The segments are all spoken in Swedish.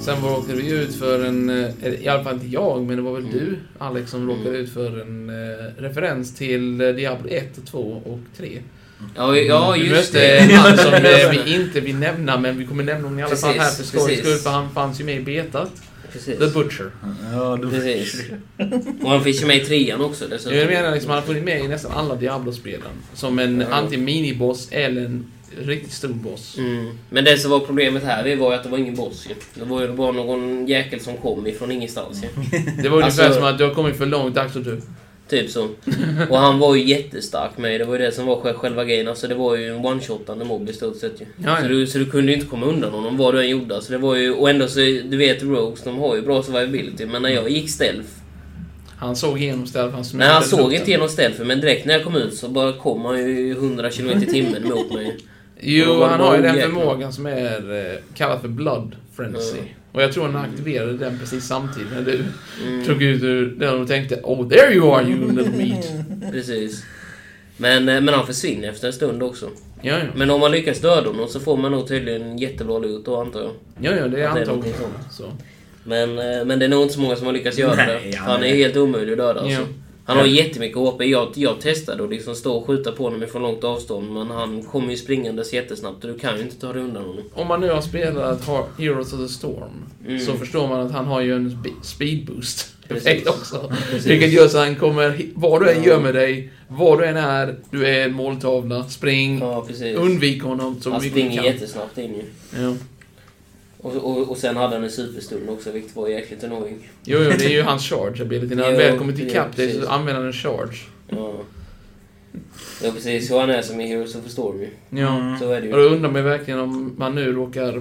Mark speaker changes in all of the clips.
Speaker 1: Sen råkade vi ut för en, eh, i alla fall inte jag, men det var väl
Speaker 2: Mm.
Speaker 1: du Alex som råkade ut för en eh, referens till eh, Diablo 1, 2 och 3.
Speaker 2: Ja, ja
Speaker 1: vi
Speaker 2: just
Speaker 1: mötte
Speaker 2: det.
Speaker 1: en man som eh, vi inte vill nämna, men vi kommer nämna honom i alla fall här för
Speaker 2: Precis,
Speaker 1: skojs
Speaker 2: precis.
Speaker 1: skull, för han fanns ju med i betat.
Speaker 2: Precis.
Speaker 1: The Butcher.
Speaker 3: Ja, du...
Speaker 2: Precis. Och han finns ju med i trean också dessutom.
Speaker 1: Jag menar liksom, han har funnits med i nästan alla Diablo-spelen. Som en
Speaker 2: Ja.
Speaker 1: antingen miniboss eller en riktigt stor boss.
Speaker 2: Mm. Men det som var problemet här det var ju att det var ingen boss ju. Det var ju bara någon jäkel som kom ifrån ingenstans ju.
Speaker 1: Det var ungefär
Speaker 2: Alltså-
Speaker 1: som att du har kommit för långt, dags att du...
Speaker 2: Typ så. Och han var ju jättestark med. Det var ju det som var sj- själva grejen. Alltså det var ju en one-shotande mobb i stort sett ju.
Speaker 1: Ja, ja.
Speaker 2: Så, du, så du kunde ju inte komma undan honom vad du än gjorde. Så det var ju, och ändå så, du vet Rogues, de har ju bra survivability. Men när jag gick stealth.
Speaker 1: Han såg igenom stället, han
Speaker 2: Nej, han såg
Speaker 1: lukten.
Speaker 2: inte genom stealth. Men direkt när jag kom ut så bara kom han ju 100 km i timmen mot mig.
Speaker 1: Jo,
Speaker 2: Vad-
Speaker 1: han
Speaker 2: vad
Speaker 1: har ju den
Speaker 2: jäklar.
Speaker 1: förmågan som är eh, kallad för blood frenzy.
Speaker 2: Mm.
Speaker 1: Och jag tror han aktiverade den precis samtidigt när du
Speaker 2: Mm.
Speaker 1: tog ut ur den och tänkte Oh there you are you little meat.
Speaker 2: Precis. Men, eh, men han försvinner efter en stund också.
Speaker 1: Ja, ja.
Speaker 2: Men om man lyckas döda honom så får man nog tydligen jättebra loot då antar jag.
Speaker 1: ja, ja det är
Speaker 2: Att det är
Speaker 1: antagligen
Speaker 2: någonting
Speaker 1: så.
Speaker 2: Men, eh, men det är nog inte så många som har lyckats göra
Speaker 3: Nej,
Speaker 2: det.
Speaker 3: ja,
Speaker 2: han är
Speaker 3: nej.
Speaker 2: helt omöjlig att döda alltså.
Speaker 1: Ja.
Speaker 2: Han har jättemycket HP. Jag, jag testade att liksom stå och skjuta på honom från långt avstånd men han kommer ju springandes jättesnabbt och du kan ju inte ta dig undan honom.
Speaker 1: Om man nu har spelat Har- Heroes of the Storm
Speaker 2: Mm.
Speaker 1: så förstår man att han har ju en spe- speed boost
Speaker 2: Precis.
Speaker 1: effekt också. Vilket gör så att han kommer, hi- var du än gömmer dig, var du än är, du är en måltavla, spring,
Speaker 2: Ja precis.
Speaker 1: Mm. undvik honom så
Speaker 2: han
Speaker 1: mycket du
Speaker 2: springer
Speaker 1: kan.
Speaker 2: jättesnabbt in ju.
Speaker 1: Ja.
Speaker 2: Och, och, och sen hade han en superstund också vilket var jäkligt annoying.
Speaker 1: Jo, jo, det är ju hans charge ability. När han
Speaker 2: Jo,
Speaker 1: väl kommer till
Speaker 2: ja,
Speaker 1: kapp dig så
Speaker 2: precis.
Speaker 1: använder han en charge.
Speaker 2: Ja. ja precis, så han är som i Heroes of the Storm ju.
Speaker 1: Ja.
Speaker 2: Så är det ju.
Speaker 1: Och då undrar man ju verkligen om man nu råkar...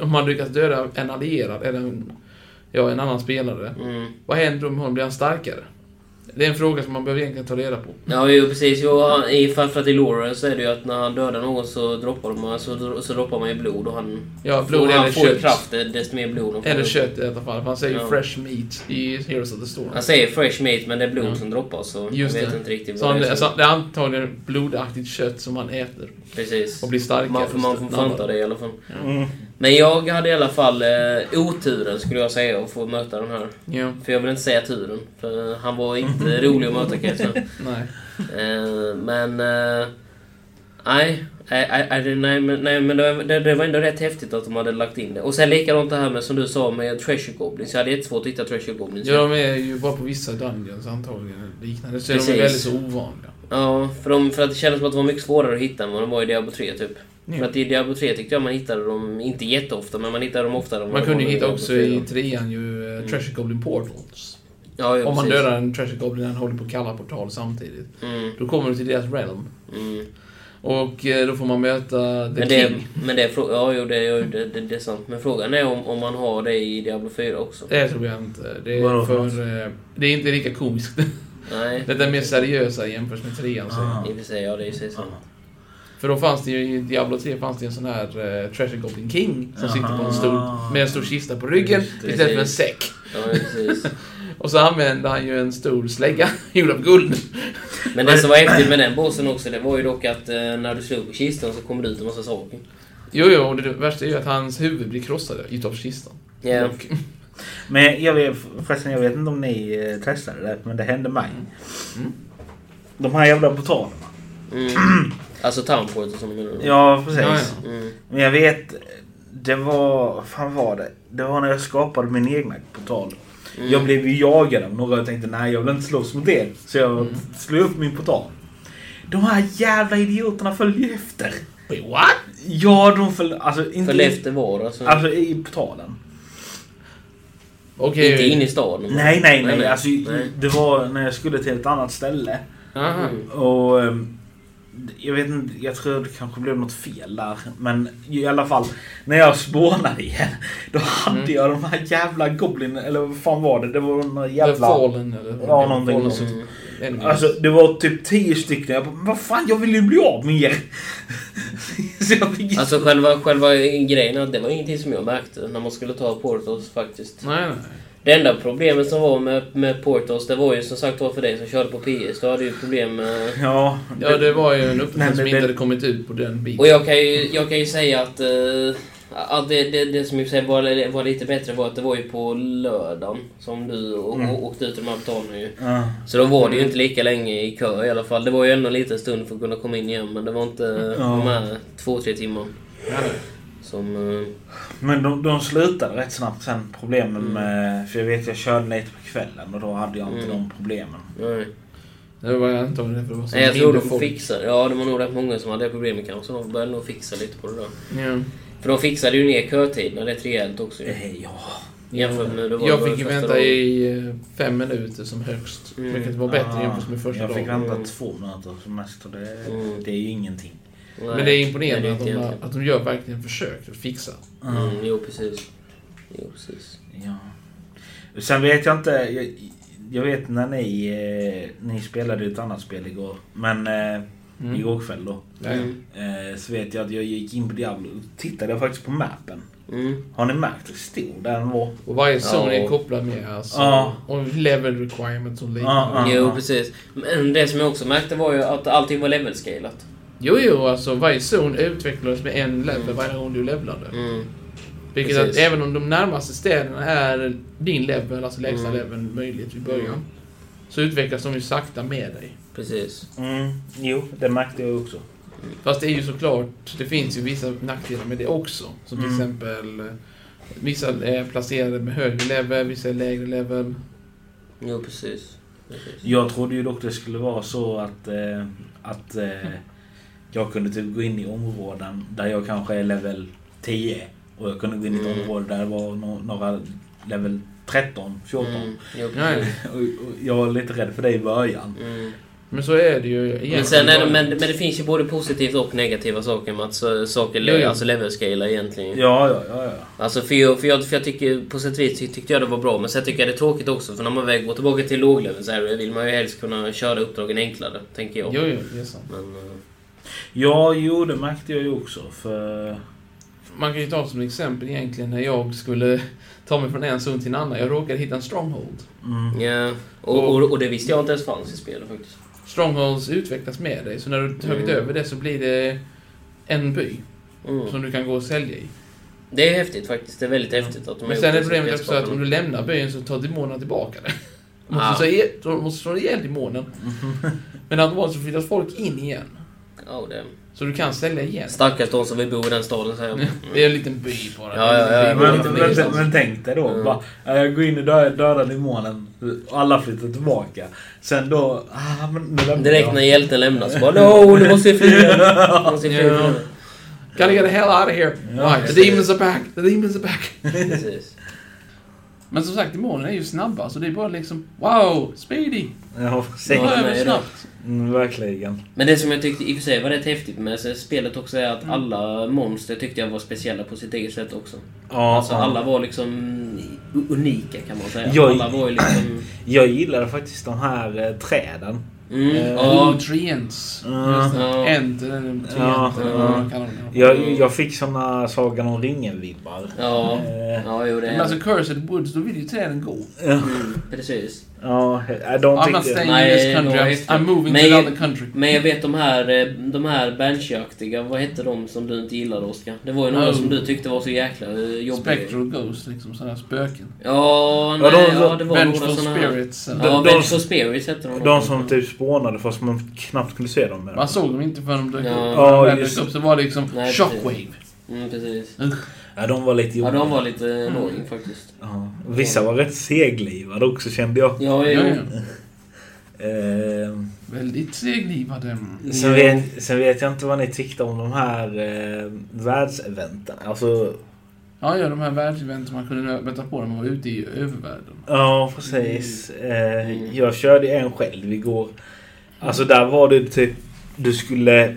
Speaker 1: Om man lyckas döda en allierad eller en, ja, en annan spelare.
Speaker 2: Mm.
Speaker 1: Vad händer om hon blir han starkare? Det är en fråga som man behöver egentligen ta reda på.
Speaker 2: Ja, jo, precis. Jo, han, i, framförallt i Lauren så är det ju att när han dödar någon så droppar, de, så, så droppar man ju blod och han,
Speaker 1: Ja, blod
Speaker 2: och han
Speaker 1: eller
Speaker 2: får ju
Speaker 1: kött.
Speaker 2: kraft eh, desto mer blod han får.
Speaker 1: Eller kött i detta fall. för Han säger ju
Speaker 2: Ja.
Speaker 1: fresh meat i Heroes of the Storm.
Speaker 2: Han säger fresh meat men det är blod
Speaker 1: Ja.
Speaker 2: som droppar så
Speaker 1: Mm. Just
Speaker 2: jag vet
Speaker 1: det.
Speaker 2: inte riktigt
Speaker 1: så
Speaker 2: vad
Speaker 1: han, alltså,
Speaker 2: det är.
Speaker 1: så det är antagligen blodaktigt kött som han äter.
Speaker 2: precis.
Speaker 1: Och blir starkare.
Speaker 2: Man får, man får fanta
Speaker 1: snabbare.
Speaker 2: det i alla fall.
Speaker 3: Mm.
Speaker 2: Men jag hade i alla fall eh, oturen skulle jag säga att få möta den här.
Speaker 1: Ja,
Speaker 2: För jag vill inte säga turen. För han var inte rolig att möta kan jag säga.
Speaker 1: nej.
Speaker 2: Eh, men... eh, nej, nej, nej, nej, nej, men- nej, men det, det, det var ändå rätt häftigt att de hade lagt in det. Och sen likadant det här med som du sa med Treasure Goblins. Jag hade jättesvårt att hitta Treasure Goblins.
Speaker 1: Ja, de är ju bara på vissa dungeons antagligen. eller Liknande. Så de
Speaker 2: Precis.
Speaker 1: är väldigt så ovanliga.
Speaker 2: Ja, för, de, för att det kändes som att de var mycket svårare att hitta än vad de var i Diablo 3 typ.
Speaker 1: Ja.
Speaker 2: För att i Diablo 3 tyckte jag man hittade dem, inte jätteofta, men man hittade dem oftare. än
Speaker 1: Man
Speaker 2: vad
Speaker 1: kunde ju
Speaker 2: de var
Speaker 1: hitta
Speaker 2: Diablo
Speaker 1: också
Speaker 2: 4.
Speaker 1: i trean ju eh, Treasure Goblin Portals.
Speaker 2: Mm. Ja, ja,
Speaker 1: Om man
Speaker 2: precis.
Speaker 1: dödar en Treasure Goblin när han håller på att kalla portal samtidigt.
Speaker 2: Mm,
Speaker 1: Då kommer du till deras realm.
Speaker 2: mm.
Speaker 1: Och eh, då får man möta The
Speaker 2: Men det,
Speaker 1: King.
Speaker 2: men det är frå- ja, jo, det, jo, det, det, det är sant. Men frågan är om, om man har det i Diablo 4 också.
Speaker 1: Det tror jag inte. Det är,
Speaker 3: Vadå för
Speaker 1: för, eh, det är inte lika komiskt.
Speaker 2: Nej,
Speaker 1: Detta är mer seriösa jämfört med trean. Så.
Speaker 3: Ah.
Speaker 2: i och för sig, ja det är ju sant.
Speaker 1: För då fanns det ju i Diablo 3 fanns det en sån här eh, Treasure Goblin King som sitter på en stor,
Speaker 2: Ah.
Speaker 3: Aha.
Speaker 1: med en stor kista på ryggen
Speaker 3: Just det.
Speaker 1: istället för en säck.
Speaker 2: Ja, precis.
Speaker 1: Och så använde han ju en stor slägga gjord av guld.
Speaker 2: Men det som var häftigt med den bossen också, det var ju dock att eh, när du slog på kistan så kom det ut en massa saker.
Speaker 1: Jo, jo, och det värsta är ju att hans huvud blir krossade utav kistan.
Speaker 2: Ja,
Speaker 1: Och-
Speaker 3: Men jag vet, förresten, jag vet inte om ni eh, testade det, men det hände mig. De här jävla botanerna.
Speaker 2: Mm. Alltså Townport och sånt menar du?
Speaker 3: Ja, precis.
Speaker 1: Ja,
Speaker 2: Mm.
Speaker 3: Men jag vet, det var... vad fan var det? Det var när jag skapade min egna portal.
Speaker 2: Mm.
Speaker 3: Jag blev ju jagad av några och tänkte nej jag vill inte slåss mot er. Så jag
Speaker 2: Mm.
Speaker 3: slog upp min portal. De här jävla idioterna följde ju efter.
Speaker 1: Wait, what?
Speaker 3: Ja, de följde... Alltså inte...
Speaker 2: För efter var alltså.
Speaker 3: Alltså i portalen.
Speaker 1: Okej.
Speaker 2: Inte in i staden.
Speaker 3: Nej, nej, nej. Alltså,
Speaker 2: nej.
Speaker 3: Det var när jag skulle till ett annat ställe.
Speaker 1: Aha.
Speaker 2: Mm.
Speaker 3: Och ehm, jag vet inte, jag tror det kanske blev något fel där. Men i alla fall, när jag spånade igen. Då hade
Speaker 1: Mm.
Speaker 3: jag de här jävla goblin eller vad fan var det? Det var några
Speaker 1: Jävla...
Speaker 3: jävla...
Speaker 1: Fallen eller...
Speaker 3: Ja, någonting
Speaker 1: Fallen
Speaker 3: sånt.
Speaker 1: som- Enemies.
Speaker 3: Alltså det var typ tio stycken. Jag bara, "Men vad fan jag vill ju bli av med er. Så jag fick ju-
Speaker 2: Alltså själva, själva grejen, är att det var ingenting som jag märkte när man skulle ta Portos faktiskt.
Speaker 1: Nej, nej.
Speaker 2: Det enda problemet som var med, med Portos, det var ju som sagt var för dig som körde på PS, då hade ju problem med...
Speaker 3: Ja,
Speaker 1: Ja, det var ju en uppdatering
Speaker 3: Nej,
Speaker 1: som
Speaker 3: men
Speaker 1: inte
Speaker 3: det-
Speaker 1: hade kommit ut på den biten.
Speaker 2: Och jag kan ju, jag kan ju säga att eh, Ja, det, det, det som i och för sig var, var lite bättre var att det var ju på lördagen som du å-
Speaker 3: Mm.
Speaker 2: å- åkte ut till de här betalningarna ju.
Speaker 3: Ja.
Speaker 2: Så då var det ju inte lika länge i kö i alla fall. Det var ju ändå en liten stund för att kunna komma in igen men det var inte de här två, tre timmar som... eh,
Speaker 3: Men de, de slutade rätt snabbt sen problemen med... För jag vet jag körde lite på kvällen och då hade jag inte
Speaker 2: Mm.
Speaker 3: de problemen.
Speaker 2: Nej.
Speaker 1: Det var jag antagligen därför det var så
Speaker 2: Nej, jag tror
Speaker 1: mindre
Speaker 2: de
Speaker 1: folk.
Speaker 2: fixade Ja, det var nog rätt många som hade det problemet kanske. De började nog fixa lite på det där.
Speaker 1: Ja.
Speaker 2: För de fixade ju ner kötiderna rätt rejält också ju.
Speaker 3: Eh, Ja.
Speaker 2: Jämfört med hur det var
Speaker 1: Jag
Speaker 2: de
Speaker 1: fick ju
Speaker 2: första
Speaker 1: vänta
Speaker 2: dagarna.
Speaker 1: i eh, fem minuter som högst.
Speaker 2: Mm.
Speaker 1: Vilket var bättre
Speaker 3: Ah,
Speaker 1: jämfört med första
Speaker 3: Jag fick
Speaker 1: dagen.
Speaker 3: vänta
Speaker 2: Mm.
Speaker 3: två minuter som mest och det,
Speaker 2: Mm.
Speaker 3: det är ju ingenting.
Speaker 2: Nej,
Speaker 1: Men det är
Speaker 2: det
Speaker 1: imponerande
Speaker 2: är
Speaker 1: att
Speaker 2: inte
Speaker 1: de, har-
Speaker 2: egentligen.
Speaker 1: att de gör verkligen försök att fixa.
Speaker 2: Mm, jo, precis. Jo, precis.
Speaker 3: Ja. Sen vet jag inte. Jag, jag vet när ni, eh, ni spelade ett annat spel igår. Men eh,
Speaker 1: Mm.
Speaker 3: igår kväll då.
Speaker 1: Ja, ja.
Speaker 2: Mm.
Speaker 3: Eh, så vet jag att jag gick in på Diablo och tittade jag faktiskt på mappen.
Speaker 2: Mm.
Speaker 3: Har ni märkt hur stor den var?
Speaker 1: Och varje zon
Speaker 2: Ja.
Speaker 1: är kopplad med alltså.
Speaker 3: Ja.
Speaker 1: Och level requirements och liknande.
Speaker 3: Ja, ja.
Speaker 2: Jo, precis. Men det som jag också märkte var ju att allting var levelscalat.
Speaker 1: Jo, jo, alltså varje zon utvecklades med en level varje gång du levlade.
Speaker 2: Mm.
Speaker 1: Vilket
Speaker 2: Precis.
Speaker 1: att även om de närmaste städerna är din level, alltså lägsta
Speaker 2: Mm.
Speaker 1: level möjligt i början. Så utvecklas de ju sakta med dig.
Speaker 2: Precis.
Speaker 3: Mm, jo, det märkte jag också.
Speaker 1: Fast det är ju såklart, det finns ju vissa nackdelar med det också. Som till
Speaker 3: Mm.
Speaker 1: exempel eh, vissa är placerade med högre level, vissa är lägre level.
Speaker 2: Jo, precis. precis.
Speaker 3: Jag trodde ju dock det skulle vara så att, eh, att eh, jag kunde typ gå in i områden där jag kanske är level 10. Och jag kunde gå in i ett
Speaker 2: Mm.
Speaker 3: område där det var no- några level 13, 14.
Speaker 2: Mm. Jo,
Speaker 1: Nej.
Speaker 2: precis.
Speaker 3: Och, och jag var lite rädd för det i början.
Speaker 2: Mm.
Speaker 1: Men så är det ju egentligen.
Speaker 2: Men, sen är det, men, men det finns ju både positivt och negativa saker med att så, saker
Speaker 1: Jo, jo.
Speaker 2: alltså levelscala egentligen.
Speaker 3: Ja, ja, ja. ja.
Speaker 2: Alltså för jag, för, jag, för jag tycker på sätt och vis ty- tyckte jag det var bra men sen tycker jag det är tråkigt också för när man väl går tillbaka till låglevel så här, vill man ju helst kunna köra uppdragen enklare, tänker jag.
Speaker 1: Jo, jo, det är sant.
Speaker 2: Men, eh,
Speaker 3: Ja, jo, det märkte jag ju också. För...
Speaker 1: Man kan ju ta som exempel egentligen när jag skulle ta mig från en zon till en annan. Jag råkade hitta en stronghold.
Speaker 3: Mm.
Speaker 2: ja. och, och, och det visste jag inte ens fanns i spelet faktiskt.
Speaker 1: Strongholds utvecklas med dig, så när du tagit
Speaker 2: Mm.
Speaker 1: över det så blir det en by
Speaker 2: Mm.
Speaker 1: som du kan gå och sälja i.
Speaker 2: Det är häftigt faktiskt, det är väldigt häftigt att de har
Speaker 1: Men
Speaker 2: gjort
Speaker 1: sen är
Speaker 2: det så
Speaker 1: problemet också att
Speaker 2: spelskaparna.
Speaker 1: om du lämnar byn så tar demonerna tillbaka det. De
Speaker 2: Ah.
Speaker 1: måste, säga, de måste slå ihjäl demonen. Men automatiskt så flyttas folk in igen.
Speaker 2: Ja, det...
Speaker 1: Så du kan sälja igen.
Speaker 2: Stackars de som vill bo i den staden säger jag.
Speaker 1: Det är en liten by bara.
Speaker 2: Mm. Ja, ja, ja,
Speaker 1: Det är
Speaker 3: Men,
Speaker 1: en liten
Speaker 3: men,
Speaker 1: by
Speaker 3: men,
Speaker 1: någonstans.
Speaker 3: men tänk dig då.
Speaker 2: Mm.
Speaker 3: Bara, ja, jag går in och dödar, dödar demonen. Och alla flyttar tillbaka. Sen då... Ah, men nu lämnar
Speaker 2: Direkt
Speaker 3: jag.
Speaker 2: när hjälten lämnar så bara no, nu måste vi fly! Nu måste vi fly.
Speaker 1: Ja. Gotta get the hell out of here!
Speaker 3: Ja,
Speaker 1: Right, the demons are back! The demons are back!
Speaker 2: Precis.
Speaker 1: Men som sagt, demonerna är ju snabba så det är bara liksom Wow! Speedy!
Speaker 3: Ja,
Speaker 1: Gå
Speaker 2: Ja,
Speaker 3: precis.
Speaker 2: men
Speaker 1: över
Speaker 2: är det-
Speaker 1: snabbt!
Speaker 3: Mm, verkligen.
Speaker 2: Men det som jag tyckte i och för sig var rätt häftigt med så- spelet också är att
Speaker 1: Mm.
Speaker 2: alla monster tyckte jag var speciella på sitt eget sätt också.
Speaker 3: Ja,
Speaker 2: alltså
Speaker 3: ja.
Speaker 2: alla var liksom u- unika kan man säga.
Speaker 3: Jag-
Speaker 2: Alla var ju liksom...
Speaker 3: Jag gillade faktiskt de här eh, träden.
Speaker 2: Mm,
Speaker 3: Eh,
Speaker 2: ja.
Speaker 1: Oh, treants!
Speaker 3: Ja.
Speaker 1: Just det.
Speaker 2: Ja.
Speaker 1: Ent, eller treant,
Speaker 3: Ja,
Speaker 1: eller vad man
Speaker 3: ja.
Speaker 1: kallar dem.
Speaker 3: Jag,
Speaker 2: Mm.
Speaker 3: jag fick såna Sagan om ringen-vibbar.
Speaker 2: Ja.
Speaker 3: Eh,
Speaker 2: Ja, jo det
Speaker 1: Men
Speaker 2: är
Speaker 1: alltså Cursed Woods, då vill ju träden gå.
Speaker 2: mm, Precis.
Speaker 3: Ja, eh,
Speaker 1: I'm
Speaker 3: de
Speaker 1: not
Speaker 3: tyckte...
Speaker 1: staying
Speaker 2: Nej,
Speaker 1: in this country,
Speaker 2: det var
Speaker 1: I'm,
Speaker 2: häftigt.
Speaker 1: I'm moving
Speaker 2: Men-
Speaker 1: to another country.
Speaker 2: Men jag vet de här, eh, de här banshee-aktiga, vad hette de som du inte gillade Oskar? Det var ju några
Speaker 1: Oh.
Speaker 2: som du tyckte var så jäkla eh, jobbiga.
Speaker 1: Spectral Ghost, liksom sådana här spöken.
Speaker 2: Ja,
Speaker 3: Ja,
Speaker 2: nej,
Speaker 3: de-
Speaker 2: ja, det var några
Speaker 1: Vengeful
Speaker 2: såna här.
Speaker 1: Spirits. eller-
Speaker 2: Ja,
Speaker 3: De- de-
Speaker 2: Vengeful Spirits hette de.
Speaker 3: De som typ spånade fast man knappt kunde se dem. med dem.
Speaker 1: Man
Speaker 2: Alltså-
Speaker 1: såg dem inte förrän de dök
Speaker 2: Ja.
Speaker 1: upp.
Speaker 3: Ja,
Speaker 1: När de väl
Speaker 3: just-
Speaker 1: dök upp så var det liksom
Speaker 2: Nej, precis.
Speaker 1: shockwave.
Speaker 2: Mm, precis.
Speaker 3: Ja, de var lite
Speaker 2: Ja,
Speaker 3: jobbiga.
Speaker 2: de var lite
Speaker 1: Mm.
Speaker 2: annoying faktiskt.
Speaker 3: Ja. Vissa var rätt seglivade också kände jag.
Speaker 1: Ja,
Speaker 2: Ja, jo.
Speaker 1: ja.
Speaker 3: Eh,
Speaker 1: Väldigt seglivade.
Speaker 3: sen, vet, sen vet jag inte vad ni tyckte om de här eh, världseventen. Alltså,
Speaker 1: Ja, ja, de här världseventen man kunde möta på när man var ute i övervärlden.
Speaker 3: ja precis. Eh,
Speaker 2: Mm.
Speaker 3: Jag körde en själv igår. Alltså där var det typ, du skulle...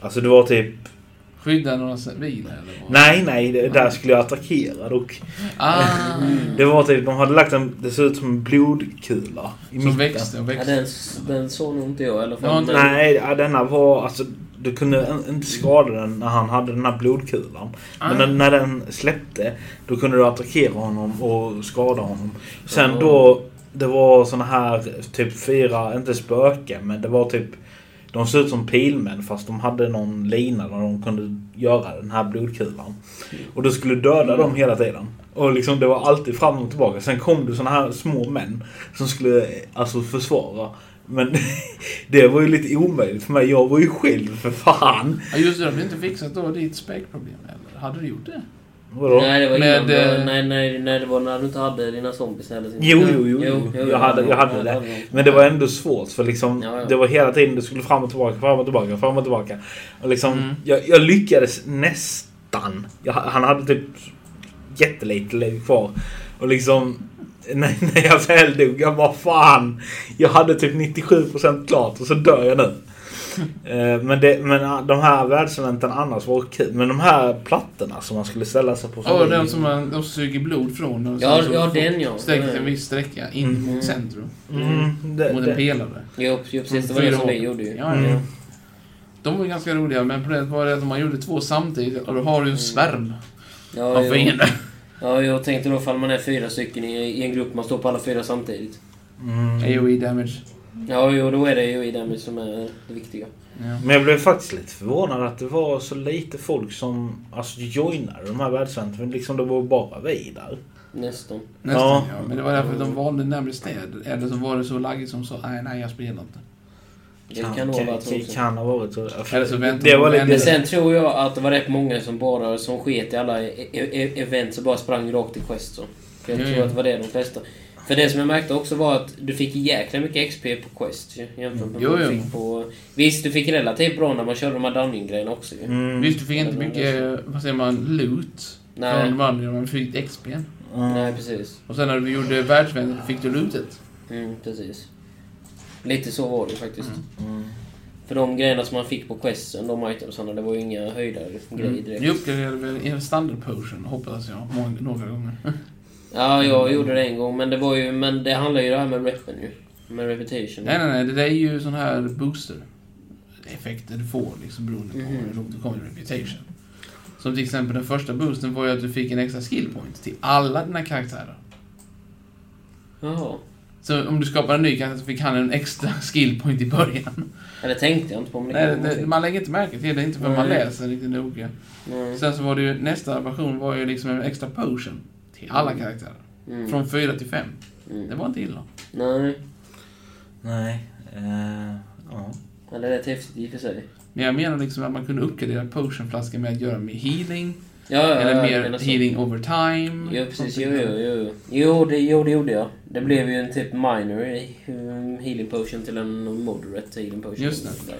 Speaker 3: Alltså det var typ...
Speaker 1: Skydda några civila eller vad?
Speaker 3: Nej, nej, det, där skulle jag attackera dock.
Speaker 1: Ah,
Speaker 3: Det var typ, de hade lagt en, det såg ut som en blodkula. I
Speaker 1: som
Speaker 3: mitten.
Speaker 1: växte och
Speaker 2: Ja,
Speaker 1: växte.
Speaker 2: den, den såg nog inte jag i alla
Speaker 1: Jag har
Speaker 2: fall.
Speaker 1: inte-
Speaker 2: men-
Speaker 3: Nej, ja, denna var... Alltså, du kunde en- inte skada den när han hade den här blodkulan.
Speaker 1: Ah.
Speaker 3: Men när- när den släppte, då kunde du attackera honom och skada honom. Sen
Speaker 2: Ja.
Speaker 3: då, det var såna här typ fyra, inte spöken, men det var typ De såg ut som pilmän fast de hade någon lina där de kunde göra den här blodkulan. Och du skulle döda dem hela tiden. Och liksom det var alltid fram och tillbaka. Sen kom det såna här små män som skulle eh, alltså försvara. Men det var ju lite omöjligt för mig. Jag var ju själv för fan.
Speaker 1: Ja, just det, de hade inte fixat då ditt späckproblem eller? Hade du gjort det?
Speaker 3: Vadå?
Speaker 2: Nej, det var
Speaker 1: Med,
Speaker 2: innan. det var-
Speaker 1: eh,
Speaker 2: nej, nej, nej, det var när du inte hade dina zombies eller sin-
Speaker 3: Jo, jo, jo. jo. Jag, hade, jag hade det. Men det var ändå svårt för liksom,
Speaker 2: Ja, ja.
Speaker 3: det var hela tiden du skulle fram och tillbaka, fram och tillbaka, fram och tillbaka. Och liksom,
Speaker 1: Mm.
Speaker 3: jag, jag lyckades nästan. Jag, han hade typ jättelite liv kvar. Och liksom, när, när jag väl dog, jag bara fan. Jag hade typ 97% klart och så dör jag nu. Eh, Men, det, men ah, de här världseventen annars var kul. Men de här plattorna som man skulle ställa sig på.
Speaker 1: Ja, den som man, de suger blod från. och
Speaker 2: Ja,
Speaker 1: sen så
Speaker 2: ja,
Speaker 1: får-
Speaker 2: den, ja.
Speaker 1: Sträckt
Speaker 2: Mm.
Speaker 1: en viss sträcka in
Speaker 3: Mm.
Speaker 1: mot centrum.
Speaker 3: Mm, det,
Speaker 1: Mot en
Speaker 3: det.
Speaker 1: pelare.
Speaker 2: Jo, jo, precis. Det var
Speaker 1: Fyra
Speaker 2: det som
Speaker 1: hål.
Speaker 2: vi gjorde ju.
Speaker 1: Ja,
Speaker 3: Mm.
Speaker 1: ja. De var ju ganska roliga, men problemet var det att om man gjorde två samtidigt och då har du en svärm
Speaker 2: Mm. Ja,
Speaker 1: av
Speaker 2: jo.
Speaker 1: fiender.
Speaker 2: ja, jag tänkte då ifall man är fyra stycken i, i en grupp, man står på alla fyra samtidigt.
Speaker 3: Mm.
Speaker 1: AOE damage.
Speaker 2: Ja, jo, då är det ju i den som är det viktiga.
Speaker 1: Ja.
Speaker 3: Men jag blev faktiskt lite förvånad att det var så lite folk som alltså, joinade de här världscentren. Liksom det var bara vi där.
Speaker 2: Nästan.
Speaker 1: Nästan
Speaker 3: Ja.
Speaker 1: ja. Men det var därför de valde närmare städer. Eller så var det så laggigt som sa nej, nej, jag spelar inte.
Speaker 2: Det kan nog vara så
Speaker 3: kan,
Speaker 2: också.
Speaker 3: kan ha varit så. Alltså,
Speaker 1: Eller så väntar
Speaker 3: det
Speaker 1: man
Speaker 3: var
Speaker 1: på
Speaker 3: lite...
Speaker 2: Men sen tror jag att det var rätt många som bara som sket i alla e- e- event och bara sprang rakt till Quest. Så. För jag
Speaker 1: Mm.
Speaker 2: tror att det var det de flesta. För det som jag märkte också var att du fick jäkla mycket XP på Quest ju, jämfört med
Speaker 1: Jo,
Speaker 2: vad du
Speaker 1: jo.
Speaker 2: fick på... Visst, du fick relativt bra när man körde de här dungeon-grejerna också ju.
Speaker 3: Mm.
Speaker 1: Visst, du fick inte
Speaker 2: Det var
Speaker 1: mycket, vad säger man, loot
Speaker 2: Nej.
Speaker 1: från vandringen, men du fick XP.
Speaker 3: Mm.
Speaker 2: Nej, precis.
Speaker 1: Och sen när du gjorde världsvänner fick du lootet.
Speaker 2: Mm, precis. Lite så var det ju faktiskt.
Speaker 3: Mm.
Speaker 2: För de grejerna som man fick på questen, de itemsarna, det var ju inga höjdare grejer direkt.
Speaker 1: Ni Mm. uppgraderade väl en standard potion, hoppas jag, många, några gånger.
Speaker 2: Mm. Ja, jag gjorde det en gång, men det var ju... Men det handlar ju det här med repen ju. Med reputation.
Speaker 1: Nej, nej, nej. Det där är ju sån här booster. Effekter du får liksom beroende på
Speaker 2: Mhm.
Speaker 1: hur långt du kommer i reputation. Som till exempel den första boosten var ju att du fick en extra skill point till alla dina karaktärer.
Speaker 2: Jaha.
Speaker 1: Så om du skapar en ny karaktär så fick han en extra skill point i början.
Speaker 2: Ja, det tänkte jag inte på. Men det
Speaker 1: Nej,
Speaker 2: kan man
Speaker 1: det,
Speaker 2: se.
Speaker 1: man lägger inte märke till det, inte för man
Speaker 2: Nej.
Speaker 1: läser riktigt noga.
Speaker 2: Nej.
Speaker 1: Sen så var det ju, nästa version var ju liksom en extra potion till alla karaktärer.
Speaker 2: Mm.
Speaker 1: Från 4 till 5. Det
Speaker 2: Mm.
Speaker 1: var inte illa.
Speaker 2: Nej.
Speaker 3: Nej. Eh, ja.
Speaker 2: Ja, det är rätt häftigt i och för sig.
Speaker 1: Men jag menar liksom att man kunde uppgradera potionflaskan med att göra mer healing.
Speaker 2: Ja, ja,
Speaker 1: Eller
Speaker 2: ja,
Speaker 1: mer
Speaker 2: menar så.
Speaker 1: healing over time.
Speaker 2: Jo, precis.
Speaker 1: Sånt
Speaker 2: Jo,
Speaker 1: där.
Speaker 2: jo, jo. Jo det, jo, det gjorde jag. Det blev ju en typ minor eh, healing potion till en moderate healing potion.
Speaker 1: Just det.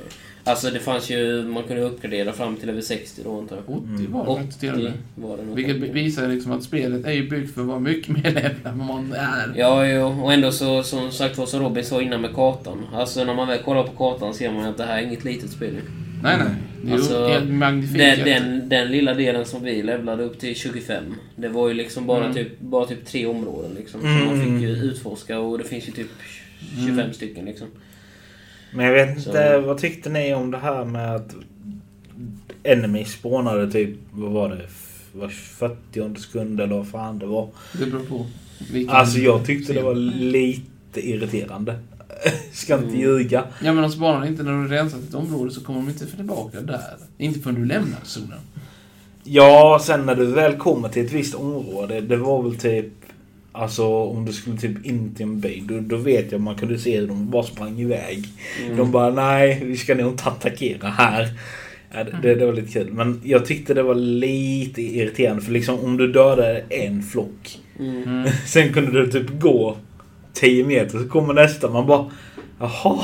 Speaker 2: Alltså, det fanns ju... Man kunde uppgradera fram till över 60 då, antar jag.
Speaker 1: 80 var det faktiskt till och
Speaker 2: 80
Speaker 1: med.
Speaker 2: var det nog.
Speaker 1: Vilket visar liksom att spelet är ju byggt för att vara mycket mer level än vad man är.
Speaker 2: Ja, jo. och ändå så, som sagt var som Robin sa innan med kartan. Alltså när man väl kollar på kartan ser man att det här är inget litet spel. ju.
Speaker 1: Nej, nej. Det är
Speaker 2: Alltså,
Speaker 1: ju helt magnifikt.
Speaker 2: Den, den, den lilla delen som vi levlade upp till 25, det var ju liksom bara,
Speaker 1: Mm.
Speaker 2: typ, bara typ tre områden liksom.
Speaker 3: Mm.
Speaker 2: Som man fick ju utforska och det finns ju typ 25 stycken liksom.
Speaker 3: Men jag vet inte,
Speaker 2: Så-
Speaker 3: vad tyckte ni om det här med att Enemy spånade typ, vad var det? F- Var 40 sekund eller vad fan det var.
Speaker 1: Det beror på. vilken-
Speaker 3: Alltså jag tyckte det var lite irriterande. Ska inte
Speaker 2: Mm.
Speaker 3: ljuga.
Speaker 1: Ja, men de spanar inte när du har rensat ett område så kommer de inte tillbaka där. Inte förrän du lämnar zonen.
Speaker 3: Ja, sen när du väl kommer till ett visst område. Det var väl typ... Alltså om du skulle typ in till en by. Då, då vet jag man kunde se hur de bara sprang iväg. De bara nej, vi ska nog inte attackera här. Ja, det, det, det var lite kul. Men jag tyckte det var lite irriterande. För liksom om du dödade en flock.
Speaker 2: Mm.
Speaker 1: Mm.
Speaker 3: Sen kunde du typ gå 10 meter. Så kommer nästa. Man bara jaha.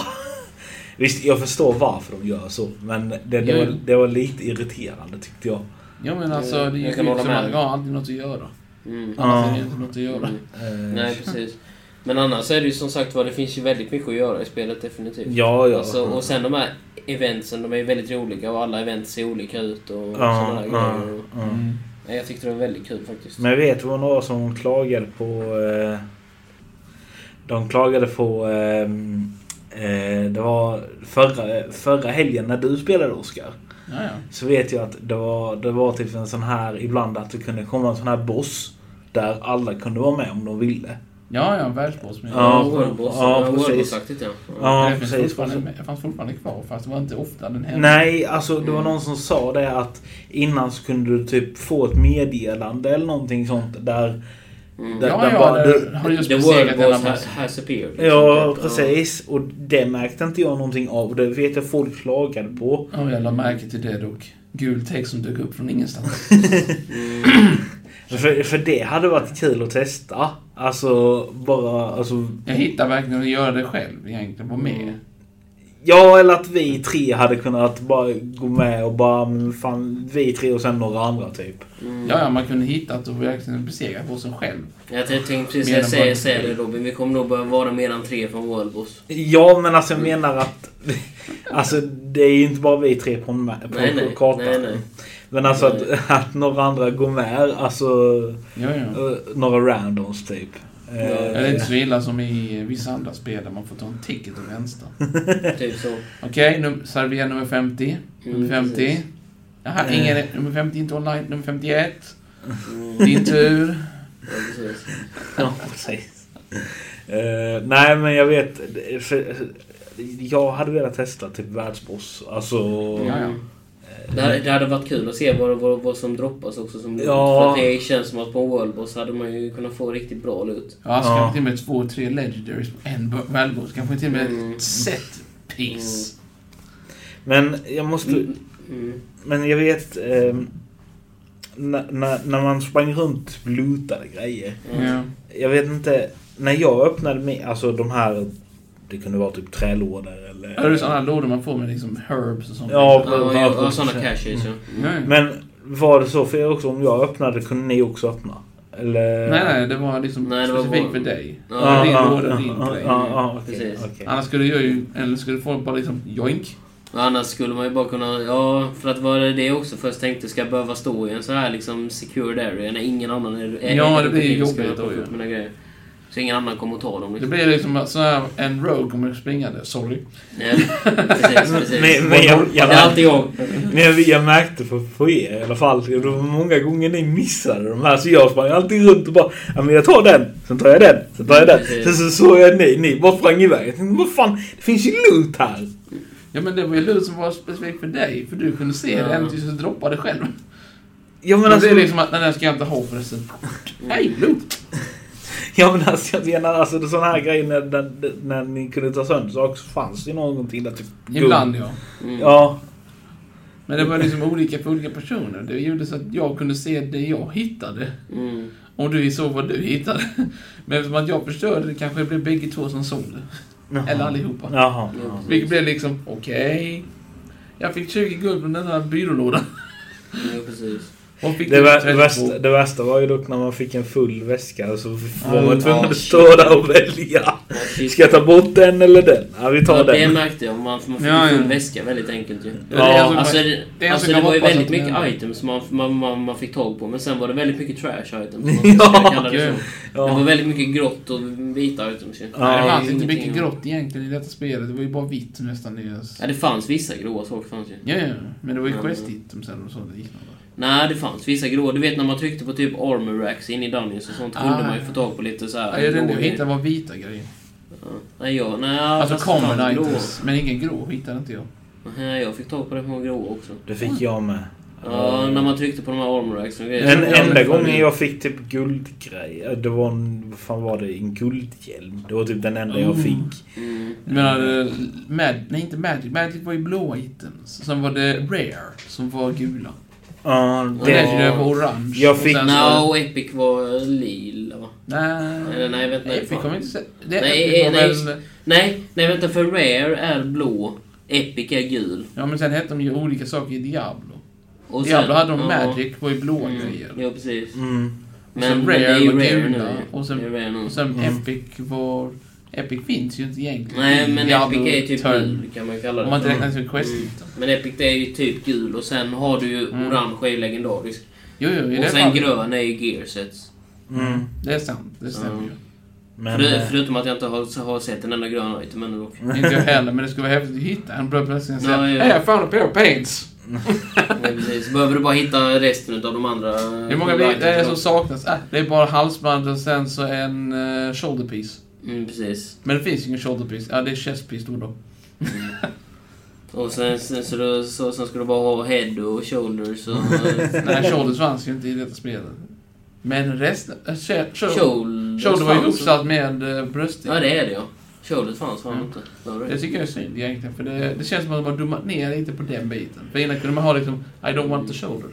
Speaker 3: Visst, jag förstår varför de gör så. Men det, det,
Speaker 1: Jo,
Speaker 3: var,
Speaker 1: jo.
Speaker 3: det var lite irriterande tyckte jag.
Speaker 1: Ja, men alltså det är ju
Speaker 2: Jag
Speaker 1: ut
Speaker 2: kan
Speaker 1: som
Speaker 2: hålla
Speaker 1: att
Speaker 2: med.
Speaker 1: man har alltid något att göra.
Speaker 2: Mm.
Speaker 1: Annars
Speaker 3: Ja.
Speaker 1: är det ju inte något att göra.
Speaker 2: Mm.
Speaker 3: Eh,
Speaker 2: Nej, precis. Men annars är det ju som sagt var, det finns ju väldigt mycket att göra i spelet definitivt.
Speaker 3: Ja, ja.
Speaker 2: Alltså, och sen de här eventsen, de är ju väldigt roliga och alla event ser olika ut och sådana
Speaker 3: ja,
Speaker 2: där
Speaker 3: ja,
Speaker 2: grejer.
Speaker 3: ja.
Speaker 1: Mm.
Speaker 2: Nej, Jag tyckte det var väldigt kul faktiskt.
Speaker 3: Men jag vet vad några som klagade på... Eh, de klagade på... Eh, eh, det var förra, förra helgen när du spelade Oscar.
Speaker 1: Ja, ja.
Speaker 3: Så vet jag att det var, det var typ en sån här ibland att det kunde komma en sån här boss. Där alla kunde vara med om de ville.
Speaker 1: Ja, ja, världsbossmiljö.
Speaker 3: Ja,
Speaker 2: Worldboss.
Speaker 3: ja,
Speaker 2: Ja,
Speaker 3: precis.
Speaker 2: Worldboss-aktigt ja. ja.
Speaker 3: Ja,
Speaker 1: det finns
Speaker 3: precis.
Speaker 1: fortfarande, det fanns fortfarande kvar, fast det var inte ofta den hände.
Speaker 3: Nej, alltså det var någon som sa det att innan så kunde du typ få ett meddelande eller någonting sånt där...
Speaker 2: Mm.
Speaker 3: där,
Speaker 1: Ja,
Speaker 3: där
Speaker 1: ja,
Speaker 3: bara,
Speaker 1: där
Speaker 3: du,
Speaker 1: har du just
Speaker 2: The
Speaker 1: besegrat en
Speaker 2: Worldboss
Speaker 1: annan
Speaker 2: has, has appeared. liksom.
Speaker 3: ja, precis. Och det märkte inte jag någonting av. och Det vet jag folk klagade på.
Speaker 1: Ja, jag la märke till det dock. Gul text som dök upp från ingenstans.
Speaker 2: Mm.
Speaker 3: För, för det hade varit kul att testa. Alltså, bara... Alltså,
Speaker 1: Jag hittar verkligen att göra det själv egentligen, vara med.
Speaker 3: Ja, eller att vi tre hade kunnat bara gå med och bara, men fan, vi tre och sen några andra typ.
Speaker 1: Ja, ja, man kunde hitta att och verkligen besegra bossen själv.
Speaker 2: Jag tänkte precis
Speaker 1: Mer än
Speaker 2: jag säger,
Speaker 1: bara-
Speaker 2: säger det Robin, vi kommer nog behöva vara mer än tre från Worldboss.
Speaker 3: Ja, men alltså jag menar att... Alltså det är ju inte bara vi tre på, en ma- på
Speaker 2: Nej, nej,
Speaker 3: kartan.
Speaker 2: nej, nej.
Speaker 3: Men alltså
Speaker 2: Nej.
Speaker 3: att, att några andra går med, alltså
Speaker 1: Ja, ja.
Speaker 3: eh, några randoms typ. Eh,
Speaker 2: Ja,
Speaker 1: Det är inte så illa som i vissa andra spel där man får ta en ticket och vänster.
Speaker 2: Typ så.
Speaker 1: Okej, num- servera nummer 50. Nummer
Speaker 2: Mm,
Speaker 1: 50.
Speaker 2: precis.
Speaker 1: Jaha,
Speaker 3: Eh.
Speaker 1: ingen, nummer 50 inte online. Nummer 51.
Speaker 2: Mm.
Speaker 1: Din tur.
Speaker 2: Ja, precis.
Speaker 3: Ja, precis. Eh, nej, men jag vet... För, jag hade velat testa typ världsboss. Alltså...
Speaker 1: Ja, ja.
Speaker 2: Mm. Det hade, det hade varit kul att se vad, vad, vad som droppas också. Som loot.
Speaker 3: Ja.
Speaker 2: För att det känns som att på en Worldboss hade man ju kunnat få riktigt bra loot.
Speaker 1: Ja, alltså
Speaker 3: Ja.
Speaker 1: kanske till och med två, tre legendaries på en bo- välgås. Kanske till och med
Speaker 2: Mm.
Speaker 1: ett set piece.
Speaker 3: Men jag måste...
Speaker 2: Mm.
Speaker 3: Men jag vet... ehm, när, när, när man sprang runt och lootade grejer.
Speaker 2: Mm,
Speaker 1: Ja.
Speaker 3: Jag vet inte. När jag öppnade mig, alltså de här... Det kunde vara typ trälådor eller...
Speaker 1: Är det sådana lådor man får med liksom herbs och sånt?
Speaker 3: Ja.
Speaker 2: Ja,
Speaker 3: Ja,
Speaker 2: ja, ja,
Speaker 3: precis.
Speaker 2: sådana cashes ja.
Speaker 1: Nej.
Speaker 3: Men eh, var det så för er också? Om jag öppnade kunde ni också öppna? Eller... Ah,
Speaker 1: nej, nej, det var liksom
Speaker 2: Nej, det var
Speaker 1: specifikt
Speaker 2: vår-
Speaker 1: för dig.
Speaker 2: Ja,
Speaker 1: Det är
Speaker 3: Ja,
Speaker 1: din
Speaker 3: ja,
Speaker 1: låda,
Speaker 3: ja,
Speaker 1: din
Speaker 3: ja,
Speaker 1: grej.
Speaker 3: ja, ja, ah, okej,
Speaker 2: Precis.
Speaker 3: okej.
Speaker 1: Annars skulle du ju, eller skulle du få bara liksom joink.
Speaker 2: Annars skulle man ju bara kunna... Ja, för att vara det också. Först tänkte ska jag behöva stå i en så här liksom secured area när ingen annan är... är
Speaker 1: Ja,
Speaker 2: är-
Speaker 1: det blir ju
Speaker 2: ska
Speaker 1: jobbigt
Speaker 2: jag plocka
Speaker 1: då ju.
Speaker 2: upp mina grejer. Så ingen annan kommer att ta dem
Speaker 1: Det
Speaker 2: liksom.
Speaker 1: blir liksom att så här, en rogue kommer springande. Sorry.
Speaker 2: Ja, precis, precis.
Speaker 3: Men, men jag,
Speaker 2: Ja,
Speaker 3: jag,
Speaker 2: det är alltid jag.
Speaker 3: men jag, jag märkte för, för er i alla fall, det var många gånger ni missade de här så jag sprang alltid runt och bara ja, men jag tar den, sen tar jag den, sen tar jag den.
Speaker 1: Mm.
Speaker 2: Precis.
Speaker 3: Sen så såg jag ni, ni bara sprang iväg. Jag tänkte, vad fan, det finns ju loot här.
Speaker 1: Ja, men det var ju loot som var specifikt för dig. För du kunde se
Speaker 2: Ja.
Speaker 1: den tills du droppade själv.
Speaker 3: Jag
Speaker 1: Men
Speaker 3: menar, alltså,
Speaker 1: det är liksom att den här ska jag inte ha förresten. Nej, loot!
Speaker 3: jag menar, alltså, jag menar alltså det är sådana här grejer när, när, när ni kunde ta sönder saker så fanns det ju någonting där typ.
Speaker 1: Ibland ja.
Speaker 2: Mm.
Speaker 3: Ja.
Speaker 1: Men det var liksom olika för olika personer. Det gjorde så att jag kunde se det jag hittade.
Speaker 2: Mm.
Speaker 1: Och du såg vad du hittade. Men eftersom att jag förstörde det kanske det blev bägge två som såg det.
Speaker 3: Jaha.
Speaker 1: Eller allihopa.
Speaker 3: Jaha.
Speaker 2: Ja.
Speaker 1: Vilket blev liksom, okej. Jag fick 20 guld från den här byrålådan.
Speaker 2: Ja, precis.
Speaker 1: Och fick
Speaker 3: Det,
Speaker 1: typ
Speaker 3: vä-
Speaker 1: 32.
Speaker 3: värsta, det värsta var ju dock när man fick en full väska så var
Speaker 1: Mm.
Speaker 3: man tvungen
Speaker 2: Ja,
Speaker 3: att stå där och välja.
Speaker 2: Ja, shit.
Speaker 3: Ska jag ta bort den eller den? Ja, vi tar
Speaker 2: Ja, Det
Speaker 3: den.
Speaker 2: märkte jag. Man, man fick
Speaker 1: Ja,
Speaker 2: en full
Speaker 1: ja.
Speaker 2: väska väldigt enkelt ju.
Speaker 1: Ja, det är
Speaker 3: Ja,
Speaker 1: alltså-
Speaker 2: Alltså, det,
Speaker 1: det är
Speaker 2: alltså,
Speaker 1: som
Speaker 2: det
Speaker 1: jag
Speaker 2: var ju
Speaker 1: hoppas
Speaker 2: väldigt
Speaker 1: att
Speaker 2: mycket
Speaker 1: ni-
Speaker 2: items man, man, man, man fick tag på, men sen var det väldigt mycket trash items. om man ska kalla det,
Speaker 1: Ja.
Speaker 2: så. det var
Speaker 3: Ja.
Speaker 2: väldigt mycket grått och vita items ju.
Speaker 1: Nej, det
Speaker 3: Ja,
Speaker 1: fanns inte
Speaker 2: ingenting-
Speaker 1: mycket grått egentligen i detta spelet. Det var ju bara vitt nästan. i oss.
Speaker 2: Ja, det fanns vissa gråa saker fanns ju.
Speaker 1: Ja, ja. Men det var ju
Speaker 2: Ja.
Speaker 1: quest item sen och sånt liknande.
Speaker 2: Nej, det fanns vissa gråa. Du vet när man tryckte på typ armor racks in i Dungeons och sånt kunde
Speaker 1: Ah.
Speaker 2: man ju få tag på lite så
Speaker 1: Ja,
Speaker 2: här.
Speaker 1: det enda
Speaker 2: grå
Speaker 1: jag
Speaker 2: grejer.
Speaker 1: hittade var vita grejer.
Speaker 2: Ja. Nej, jag... Nej,
Speaker 1: Alltså
Speaker 2: fast det fanns
Speaker 1: common
Speaker 2: grå.
Speaker 1: items. Men ingen grå hittade inte jag.
Speaker 2: Nej, jag fick tag på rätt många grå också.
Speaker 3: Det fick jag med.
Speaker 2: Ja, när man tryckte på de här armor racks och grejer.
Speaker 3: En
Speaker 2: så var det
Speaker 3: enda
Speaker 2: fan
Speaker 3: gången
Speaker 2: ju-
Speaker 3: jag fick typ guldgrejer. Det var en, vad fan var det? En guldhjälm. Det var typ den enda jag
Speaker 1: Mm.
Speaker 3: fick.
Speaker 2: Mm.
Speaker 1: Du menar, eh, mag- nej inte magic. Magic var ju blåa items. Sen var det rare, som var gula.
Speaker 3: Ja,
Speaker 1: Och
Speaker 2: Ja.
Speaker 3: det,
Speaker 1: legendary var orange.
Speaker 3: Jag
Speaker 1: och
Speaker 3: fick-
Speaker 1: sen så var det-
Speaker 2: No, Epic var lila va?
Speaker 1: Nej,
Speaker 2: Eller nej, vänta, nej,
Speaker 1: Epic
Speaker 2: fan.
Speaker 1: kommer inte se... Det är
Speaker 2: Nej,
Speaker 1: Epic var
Speaker 2: nej,
Speaker 1: väl-
Speaker 2: just- Nej, nej vänta för Rare är blå, Epic är gul.
Speaker 1: Ja, men sen hette de ju olika saker i Diablo.
Speaker 2: Och
Speaker 1: Diablo hade de
Speaker 2: ja.
Speaker 1: Magic, var ju blåa
Speaker 2: Mm,
Speaker 1: grejer.
Speaker 2: Ja precis.
Speaker 3: mm.
Speaker 1: Och
Speaker 2: Men,
Speaker 1: sen
Speaker 2: men det är
Speaker 1: Rare
Speaker 2: ju
Speaker 1: var
Speaker 2: Rare nu.
Speaker 1: gula. Och
Speaker 2: det är
Speaker 1: sen,
Speaker 2: rare nu.
Speaker 1: och sen
Speaker 3: Mm.
Speaker 1: Epic var... Epic finns ju inte egentligen.
Speaker 2: Nej men
Speaker 1: Diablo
Speaker 2: Epic är typ
Speaker 1: Turn.
Speaker 2: gul kan man kalla det
Speaker 1: Om man
Speaker 2: för.
Speaker 1: inte räknar som quest
Speaker 2: Mm.
Speaker 1: item.
Speaker 2: Men Epic det är ju typ gul och sen har du ju
Speaker 1: Mm.
Speaker 2: orange är ju legendarisk.
Speaker 1: Jo, jo, i
Speaker 2: Och
Speaker 1: det
Speaker 2: sen
Speaker 1: fallet.
Speaker 2: grön är ju gearsets.
Speaker 3: Mm.
Speaker 1: Det är sant, det stämmer ju.
Speaker 3: Men,
Speaker 2: För,
Speaker 3: eh,
Speaker 2: förutom att jag inte har, har sett en enda grön item ännu dock.
Speaker 1: Mm. Inte jag heller, men det skulle vara häftigt att hitta en. Bara plötsligt säga
Speaker 2: Ja, ja.
Speaker 1: Hey, I found a pair of pants!
Speaker 2: Nej, precis. Behöver du bara hitta resten av de andra... eh,
Speaker 1: Hur många blir det är som saknas? Äh, det är bara halsband och sen så en uh, shoulder piece.
Speaker 2: Mm, precis.
Speaker 1: Men det finns ju ingen shoulder piece. Ja, det är chest piece då. då.
Speaker 2: Mm. Och sen, sen, så då, så, sen ska du bara ha head och shoulders och...
Speaker 1: Nej, shoulders fanns ju inte i detta spelet. Men resten... Äh, shoulder, shoulder,
Speaker 2: shoulders
Speaker 1: var ju
Speaker 2: fanns.
Speaker 1: uppsatt med uh, bröstet.
Speaker 2: Ja, det är det ja. Shoulders fanns fan
Speaker 1: Mm.
Speaker 2: inte. Det har du
Speaker 1: Det
Speaker 2: rätt i.
Speaker 1: tycker jag är synd egentligen, för det, det känns som att man har dummat ner lite på den biten. För innan kunde man ha liksom, I don't want the shoulder.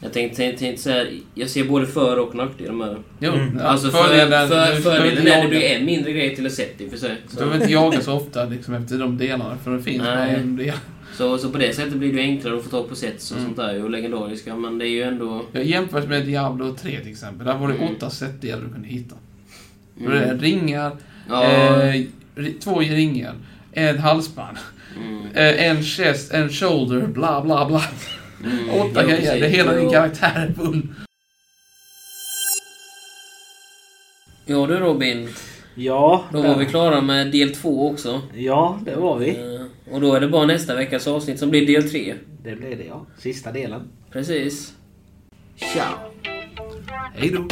Speaker 2: Jag tänkte, tänkte, tänkte så här, jag ser både för och nackdelar med det.
Speaker 1: Jo,
Speaker 3: Mm.
Speaker 1: ja,
Speaker 2: Alltså för,
Speaker 1: fördelen...
Speaker 2: för,
Speaker 1: du behöver
Speaker 2: fördelen
Speaker 1: inte
Speaker 2: är att det
Speaker 1: jaga.
Speaker 2: blir en mindre grej till ett setting för sig.
Speaker 1: Du
Speaker 2: Så,
Speaker 1: behöver inte jaga så ofta liksom, efter de delarna, för det finns bara
Speaker 2: Nej.
Speaker 1: en del.
Speaker 2: så, så på det sättet blir det ju enklare att få tag på sets och
Speaker 3: Mm.
Speaker 2: sånt där ju, och legendariska. Men det är ju ändå...
Speaker 1: Jag jämför med Diablo 3 till exempel. Där var det
Speaker 2: Mm.
Speaker 1: åtta setdelar du kunde hitta.
Speaker 2: Mm.
Speaker 1: Det var ringar,
Speaker 2: Ja,
Speaker 1: eh, ri- två ringar, ett halsband,
Speaker 2: mm,
Speaker 1: eh, en chest, en shoulder, bla bla bla.
Speaker 2: mm,
Speaker 1: Åtta
Speaker 2: ja,
Speaker 1: grejer,
Speaker 2: precis.
Speaker 1: det är hela din
Speaker 2: Ja.
Speaker 1: karaktär är full.
Speaker 2: Ja du Robin,
Speaker 3: Ja,
Speaker 2: då var vi klara med del två också.
Speaker 3: ja, det var vi.
Speaker 2: Eh, Och då är det bara nästa veckas avsnitt som blir del tre.
Speaker 3: Det blev det ja. Sista delen.
Speaker 2: Precis. Ciao!
Speaker 1: Hej då!